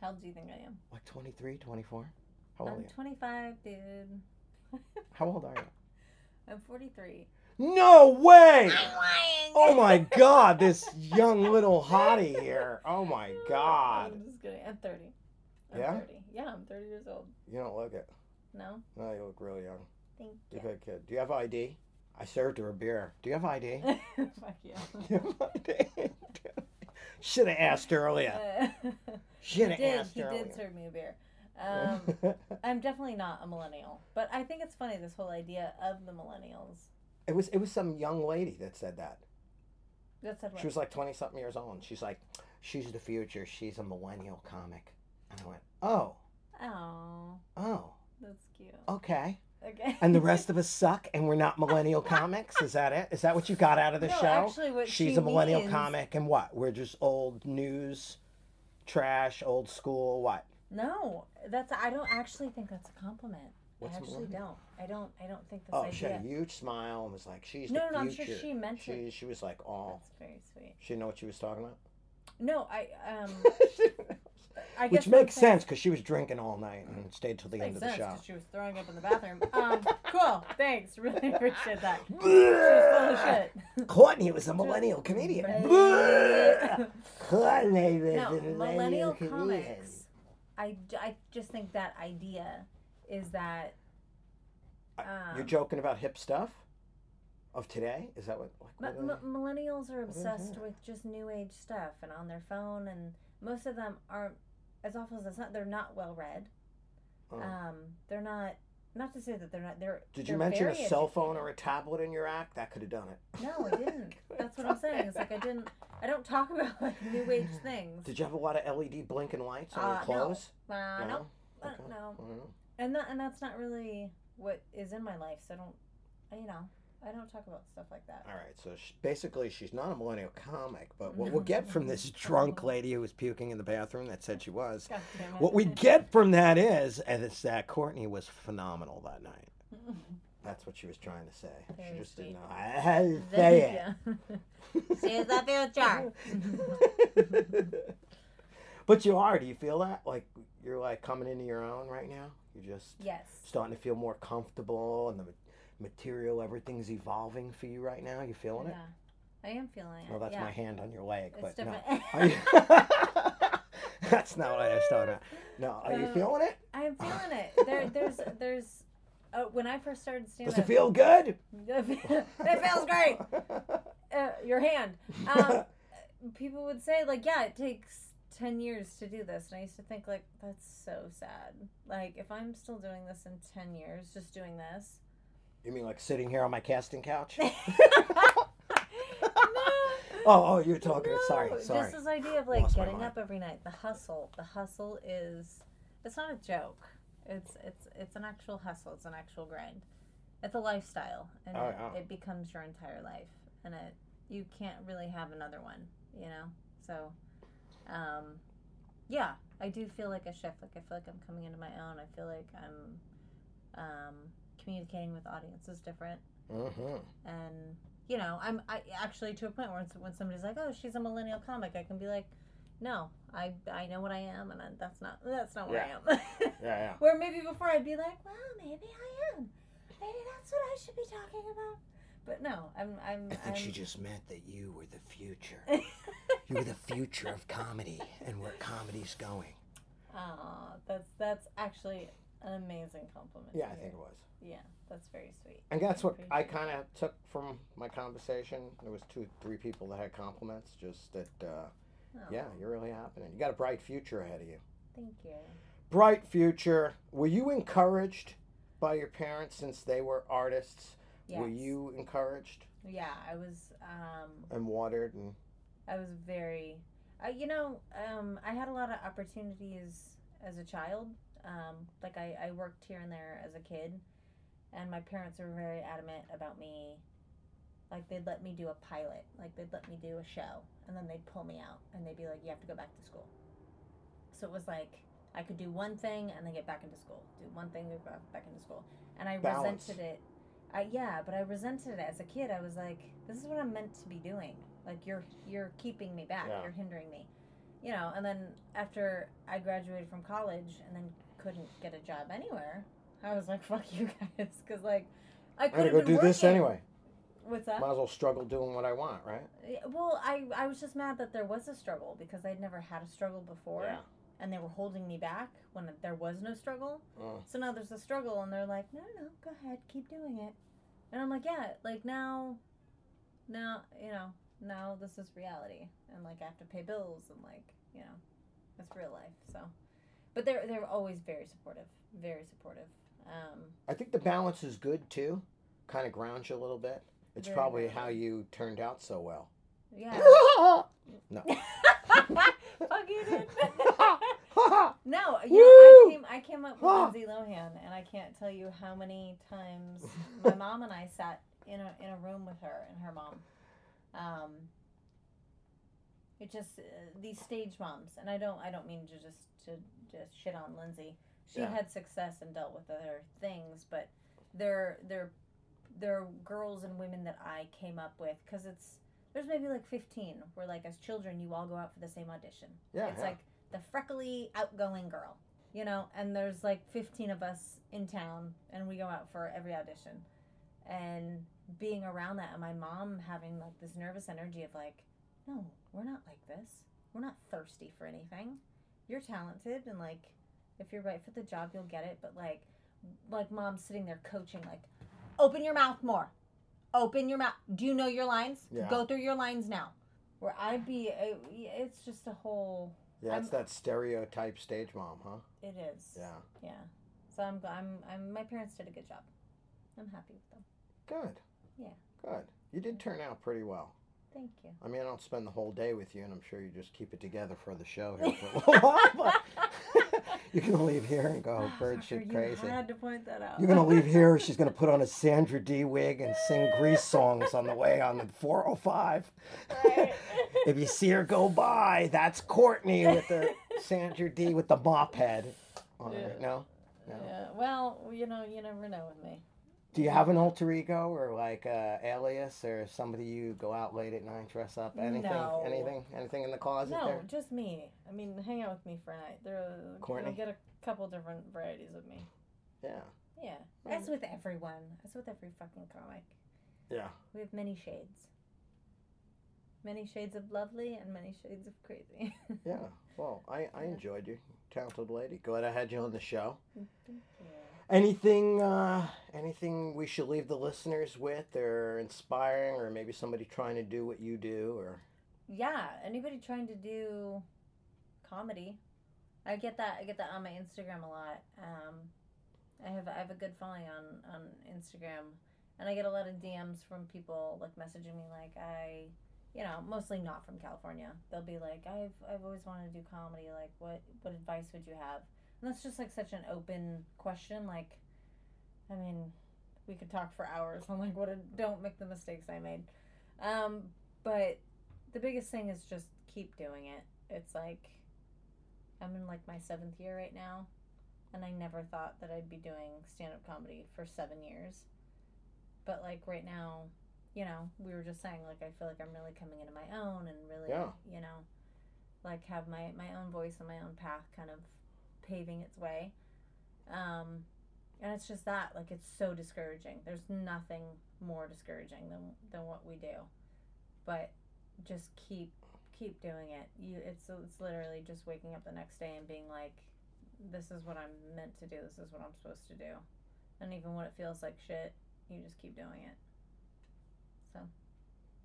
B: How old do you think I am?
A: Like 23, 24? How old are
B: I'm
A: you?
B: 25, dude.
A: How old are you?
B: I'm 43.
A: No way!
B: I'm lying.
A: Oh my god, this young little hottie here. Oh my god.
B: I'm just kidding. I'm 30. I'm
A: Yeah?
B: 30. Yeah, I'm 30 years old.
A: You don't look it.
B: No,
A: No, you look really young.
B: thank
A: You're
B: you.
A: a good kid. Do you have ID? I served her a beer. Do you have ID?
B: Fuck you.
A: Should have asked earlier.
B: Uh,
A: Should have
B: he did.
A: asked
B: He
A: earlier.
B: did serve me a beer. Um, I'm definitely not a millennial, but I think it's funny this whole idea of the millennials.
A: it was it was some young lady that said that.
B: That's what
A: She was like twenty something years old. And she's like, she's the future. She's a millennial comic. And I went, oh,
B: oh,
A: oh,
B: that's cute.
A: okay.
B: Okay.
A: And the rest of us suck, and we're not millennial comics. Is that it? Is that what you got out of the
B: No,
A: show?
B: actually, what
A: she's
B: she
A: a millennial
B: means-
A: comic, and what? We're just old news, trash, old school. What?
B: No, that's I don't actually think that's a compliment.
A: What's
B: I actually
A: millennial?
B: don't. I don't. I don't think this
A: Oh,
B: idea.
A: she had a huge smile and was like, she's
B: No,
A: the
B: no, no, I'm
A: future.
B: sure she meant
A: she,
B: it.
A: She was like, oh,
B: That's very sweet.
A: she didn't know what she was talking about.
B: No, I um, I guess
A: Which makes sense because she was drinking all night and stayed till the end
B: Makes
A: of the
B: sense
A: show.
B: 'cause she was throwing up in the bathroom. Um, cool. Thanks. Really appreciate that. She was full
A: Bleh!
B: of shit.
A: Courtney was a millennial comedian.
B: Right.
A: Bleh! Courtney was
B: No,
A: a
B: millennial
A: comedian.
B: comics. I, j- I just think that idea is that.
A: I- You're
B: um,
A: joking about hip stuff of today? Is that what? Like,
B: Mi-
A: what
B: mi- millennials are
A: is
B: obsessed
A: that?
B: with just new age stuff and on their phone, and most of them aren't as awful as it's not. They're not well read.
A: Oh.
B: Um, they're not. Not to say that they're not. They're.
A: Did
B: they're
A: you mention a
B: very
A: cell phone or a tablet in your act? That could have done it.
B: educated. No, I didn't. That's what I'm saying. It's like I didn't. I don't talk about like new age things.
A: Did you have a lot of LED blinking lights on your
B: Uh, no.
A: clothes?
B: Uh, no, uh,
A: Okay.
B: no,
A: Mm.
B: and that and that's not really what is in my life. So I don't. I- You know, I don't talk about stuff like that.
A: All right, so sh basically, she's not a millennial comic, but what we'll get from this drunk lady who was puking in the bathroom that said she was,
B: God damn it.
A: what we get from that is, and it's that Courtney was phenomenal that night. That's what she was trying to say.
B: Very
A: she just
B: sweet.
A: didn't know how to say
B: Thank you. She's the future.
A: it. but you are. Do you feel that? Like you're like coming into your own right now. You're just
B: Yes.
A: starting to feel more comfortable, and the ma- material, everything's evolving for you right now. You feeling it?
B: Yeah. I am feeling it.
A: Well, that's
B: yeah.
A: my hand on your leg,
B: It's
A: but no.
B: different.
A: Are you... That's not what I was talking about. No, are you
B: Uh,
A: feeling it?
B: I am feeling it. There, there's, there's. Uh, when I first started stand
A: Does
B: up,
A: it feel good?
B: it feels great. Uh, your hand. Um, people would say like, yeah, it takes ten years to do this, and I used to think like, that's so sad. Like, if I'm still doing this in ten years, just doing this.
A: you mean like sitting here on my casting couch?
B: No.
A: Oh, oh, you're talking.
B: No,
A: sorry, sorry.
B: Just this idea of like
A: Lost my
B: getting
A: mind.
B: up every night, the hustle. The hustle is it's not a joke. It's it's it's an actual hustle. It's an actual grind. It's a lifestyle, and
A: Oh,
B: it,
A: yeah.
B: it becomes your entire life, and it you can't really have another one, you know. So, um, yeah, I do feel like a chef. Like I feel like I'm coming into my own. I feel like I'm um, communicating with audiences different,
A: Mm-hmm.
B: and you know, I'm I actually to a point where it's- when somebody's like, "Oh, she's a millennial comic," I can be like, "No, I I know what I am, and I, that's not that's not what I am."
A: Yeah,
B: Where maybe before I'd be like, well, maybe I am. Maybe that's what I should be talking about. But no, I'm. I'm
A: yeah. I think
B: am
A: she just meant that you were the future. You were the future of comedy and where comedy's going.
B: Aw, that's that's actually an amazing compliment.
A: Yeah, I
B: to hear.
A: think it was.
B: Yeah, that's very sweet.
A: And that's what I
B: Appreciate
A: kind of took from my conversation. There was two, three people that had compliments. Just that,
B: Oh.
A: uh,
B: Aw,
A: yeah, you're really happening. You got a bright future ahead of you.
B: Thank you.
A: Bright future. Were you encouraged by your parents since they were artists?
B: Yes.
A: Were you encouraged
B: Yeah, I was. Um,
A: and watered and
B: I was very, I, you know, um, I had a lot of opportunities as a child. Um, like I, I worked here and there as a kid, and my parents were very adamant about me. Like they'd let me do a pilot, like they'd let me do a show, and then they'd pull me out and they'd be like, "You have to go back to school." So it was like I could do one thing and then get back into school, do one thing, get back back into school, and I
A: Balance.
B: resented it. I, yeah, but I resented it as a kid. I was like, "This is what I'm meant to be doing. Like you're you're keeping me back.
A: Yeah.
B: You're hindering me." You know. And then after I graduated from college and then couldn't get a job anywhere, I was like, "Fuck you guys," because like I
A: I'm
B: could
A: gonna
B: have
A: go
B: been
A: do
B: working.
A: this anyway.
B: What's up?
A: Might as well struggle doing what I want, right?
B: Yeah, Well, I I was just mad that there was a struggle because I'd never had a struggle before,
A: Yeah.
B: and they were holding me back when there was no struggle.
A: Mm.
B: So now there's a struggle, and they're like, "No, no, no, go ahead, keep doing it," and I'm like, "Yeah, like now, now you know, now this is reality, and like I have to pay bills, and like you know, it's real life." So, but they're they're always very supportive, very supportive. Um,
A: I think the balance is good too. Kind of grounds you a little bit. It's
B: Very
A: probably
B: grounding.
A: how you turned out so well.
B: yeah. Fuck you, dude.
A: no.
B: No, you know, I
A: Woo!
B: came I came up with
A: Ah.
B: Lindsay Lohan, and I can't tell you how many times my mom and I sat in a in a room with her and her mom. Um, it just uh, these stage moms, and I don't I don't mean to just to just shit on Lindsay. She
A: Yeah.
B: had success and dealt with other things, but they're they're they're girls and women that I came up with because it's there's maybe like 15 where like as children you all go out for the same audition
A: Yeah.
B: it's
A: yeah.
B: like the freckly, outgoing girl, you know. And there's like 15 of us in town, and we go out for every audition. And being around that, and my mom having like this nervous energy of like, no, we're not like this. We're not thirsty for anything. You're talented, and like, if you're right for the job, you'll get it. But like, like mom sitting there coaching, like, open your mouth more. Open your mouth. Do you know your lines?
A: Yeah.
B: Go through your lines now. Where I'd be, it, it's just a whole.
A: yeah, it's
B: I'm-
A: that stereotype stage mom, huh?
B: It is.
A: Yeah.
B: Yeah. So I'm, gl- I'm, I'm, my parents did a good job. I'm happy with them.
A: Good.
B: Yeah.
A: Good. You did turn out pretty well.
B: Thank you.
A: I mean, I don't spend the whole day with you, and I'm sure you just keep it together for the show here for a little while. But you can leave here and go bird shit
B: Ah, you
A: crazy.
B: had to point that out.
A: You're gonna leave here. She's gonna put on a Sandra D wig and sing Grease songs on the way on the 405.
B: Right.
A: if you see her go by, that's Courtney with the Sandra D with the mop head. On her.
B: Yeah.
A: No.
B: yeah. Well, you know, you never know with me.
A: Do you have an alter ego or like a alias or somebody you go out late at night, dress up? Anything?
B: No.
A: Anything? Anything in the closet
B: no,
A: there?
B: just me. I mean, hang out with me for a night. There,
A: Courtney?
B: you'll get a couple different varieties of me.
A: Yeah.
B: Yeah. That's with everyone. That's with every fucking comic.
A: Yeah.
B: We have many shades. Many shades of lovely and many shades of crazy.
A: Yeah. Well, I, I
B: Yeah.
A: enjoyed you, talented lady. Glad I had you on the show.
B: Thank you.
A: Anything uh, anything we should leave the listeners with or inspiring or maybe somebody trying to do what you do or
B: yeah anybody trying to do comedy i get that i get that on my instagram a lot um i have i have a good following on on instagram and i get a lot of dms from people like messaging me like i you know mostly not from california they'll be like i've i've always wanted to do comedy like what what advice would you have and that's just like such an open question like i mean we could talk for hours on like what a, don't make the mistakes I made. Um, but the biggest thing is just keep doing it. It's like I'm in like my seventh year right now, and I never thought that I'd be doing stand up comedy for seven years. But like right now, you know, we were just saying like I feel like I'm really coming into my own and really,
A: Yeah.
B: you know, like have my my own voice and my own path kind of paving its way. Um, and it's just that like it's so discouraging. There's nothing more discouraging than than what we do, but just keep keep doing it. You it's it's literally just waking up the next day and being like, this is what I'm meant to do. This is what I'm supposed to do, and even when it feels like shit, you just keep doing it. So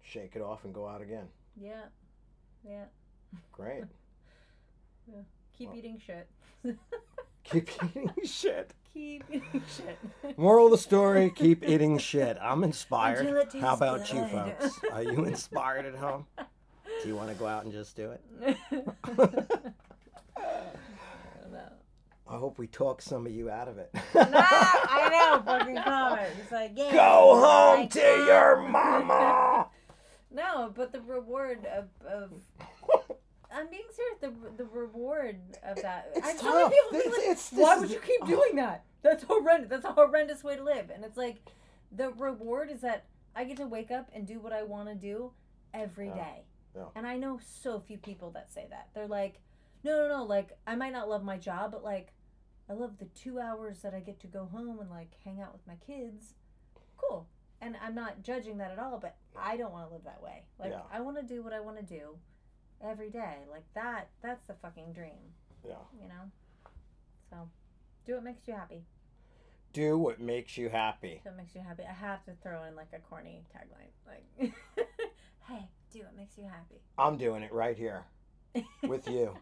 A: Shake it off and go out again.
B: yeah, yeah.
A: Great.
B: Keep
A: Well-
B: eating shit.
A: Keep eating shit.
B: keep eating shit.
A: Moral of the story, keep eating shit. I'm inspired.
B: Until it
A: How
B: tastes
A: about you
B: good.
A: folks? Are you inspired at home? Do you want to go out and just do it?
B: no.
A: I hope we talk some of you out of it.
B: Ah, I know, fucking comment. It's like, yeah.
A: Go home
B: like
A: to
B: that.
A: your mama.
B: No, but the reward of, of I'm being serious. The the reward of that.
A: It's
B: I- so many
A: tough.
B: people
A: This-
B: be like,
A: it's-
B: Why
A: this is-
B: would
A: oh.
B: you keep doing that? That's horrendous. That's a horrendous way to live. And it's like, the reward is that I get to wake up and do what I want to do every day.
A: Yeah. Yeah.
B: And I know so few people that say that. They're like, no, no, no. Like I might not love my job, but like, I love the two hours that I get to go home and like hang out with my kids. Cool. And I'm not judging that at all, but I don't want to live that way. Like
A: Yeah.
B: I want to do what I want to do every day. Like that that's the fucking dream,
A: Yeah.
B: you know? So do what makes you happy.
A: Do what makes you happy.
B: Do what makes you happy. I have to throw in like a corny tagline. Like Hey, do what makes you happy.
A: I'm doing it right here with you.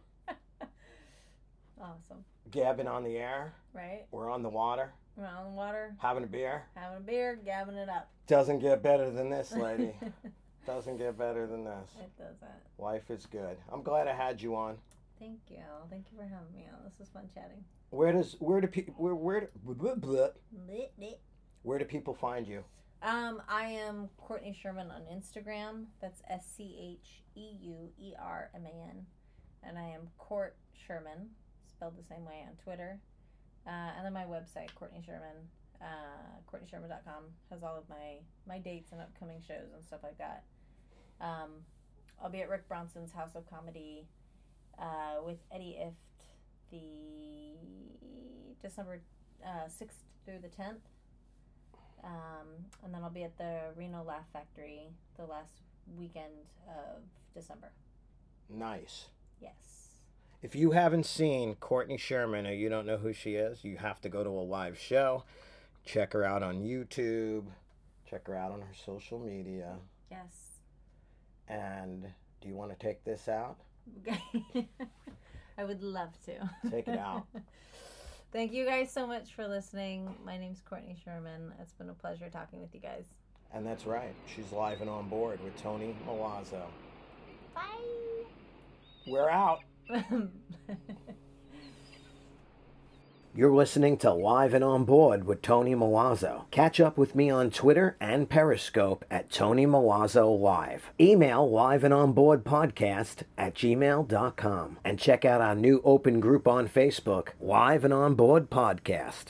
B: Awesome.
A: Gabbing on the air.
B: Right?
A: We're on the water,
B: We're out on the water,
A: having a beer.
B: having a beer, gabbing it up.
A: Doesn't get better than this, lady. Doesn't get better than this.
B: it doesn't.
A: Life is good. I'm glad I had you on.
B: Thank you. Thank you for having me on. This was fun chatting.
A: Where does where do people where where do- blah, blah, blah.
B: Lit, lit.
A: where do people find you?
B: Um, I am Courtney Sherman on Instagram. That's S C H E U E R M A N, and I am Court Sherman, spelled the same way on Twitter. Uh, and then my website, Courtney Sherman, uh, CourtneySherman.com, has all of my my dates and upcoming shows and stuff like that. Um, I'll be at Rick Bronson's House of Comedy uh, with Eddie Ift the December uh, sixth through the tenth. Um, and then I'll be at the Reno Laugh Factory the last weekend of December.
A: Nice.
B: Yes.
A: If you haven't seen Courtney Sherman or you don't know who she is, you have to go to a live show. Check her out on YouTube. Check her out on her social media.
B: Yes.
A: And do you want to take this out?
B: I would love to.
A: Take it out.
B: Thank you guys so much for listening. My name's Courtney Sherman. It's been a pleasure talking with you guys.
A: And that's right. She's live and on board with Tony Milazzo.
B: Bye.
A: We're out. You're listening to Live and On Board with Tony Milazzo. Catch up with me on Twitter and Periscope at Tony Milazzo Live. Email live and on board podcast at gmail.com. And check out our new open group on Facebook, Live and On Board Podcast.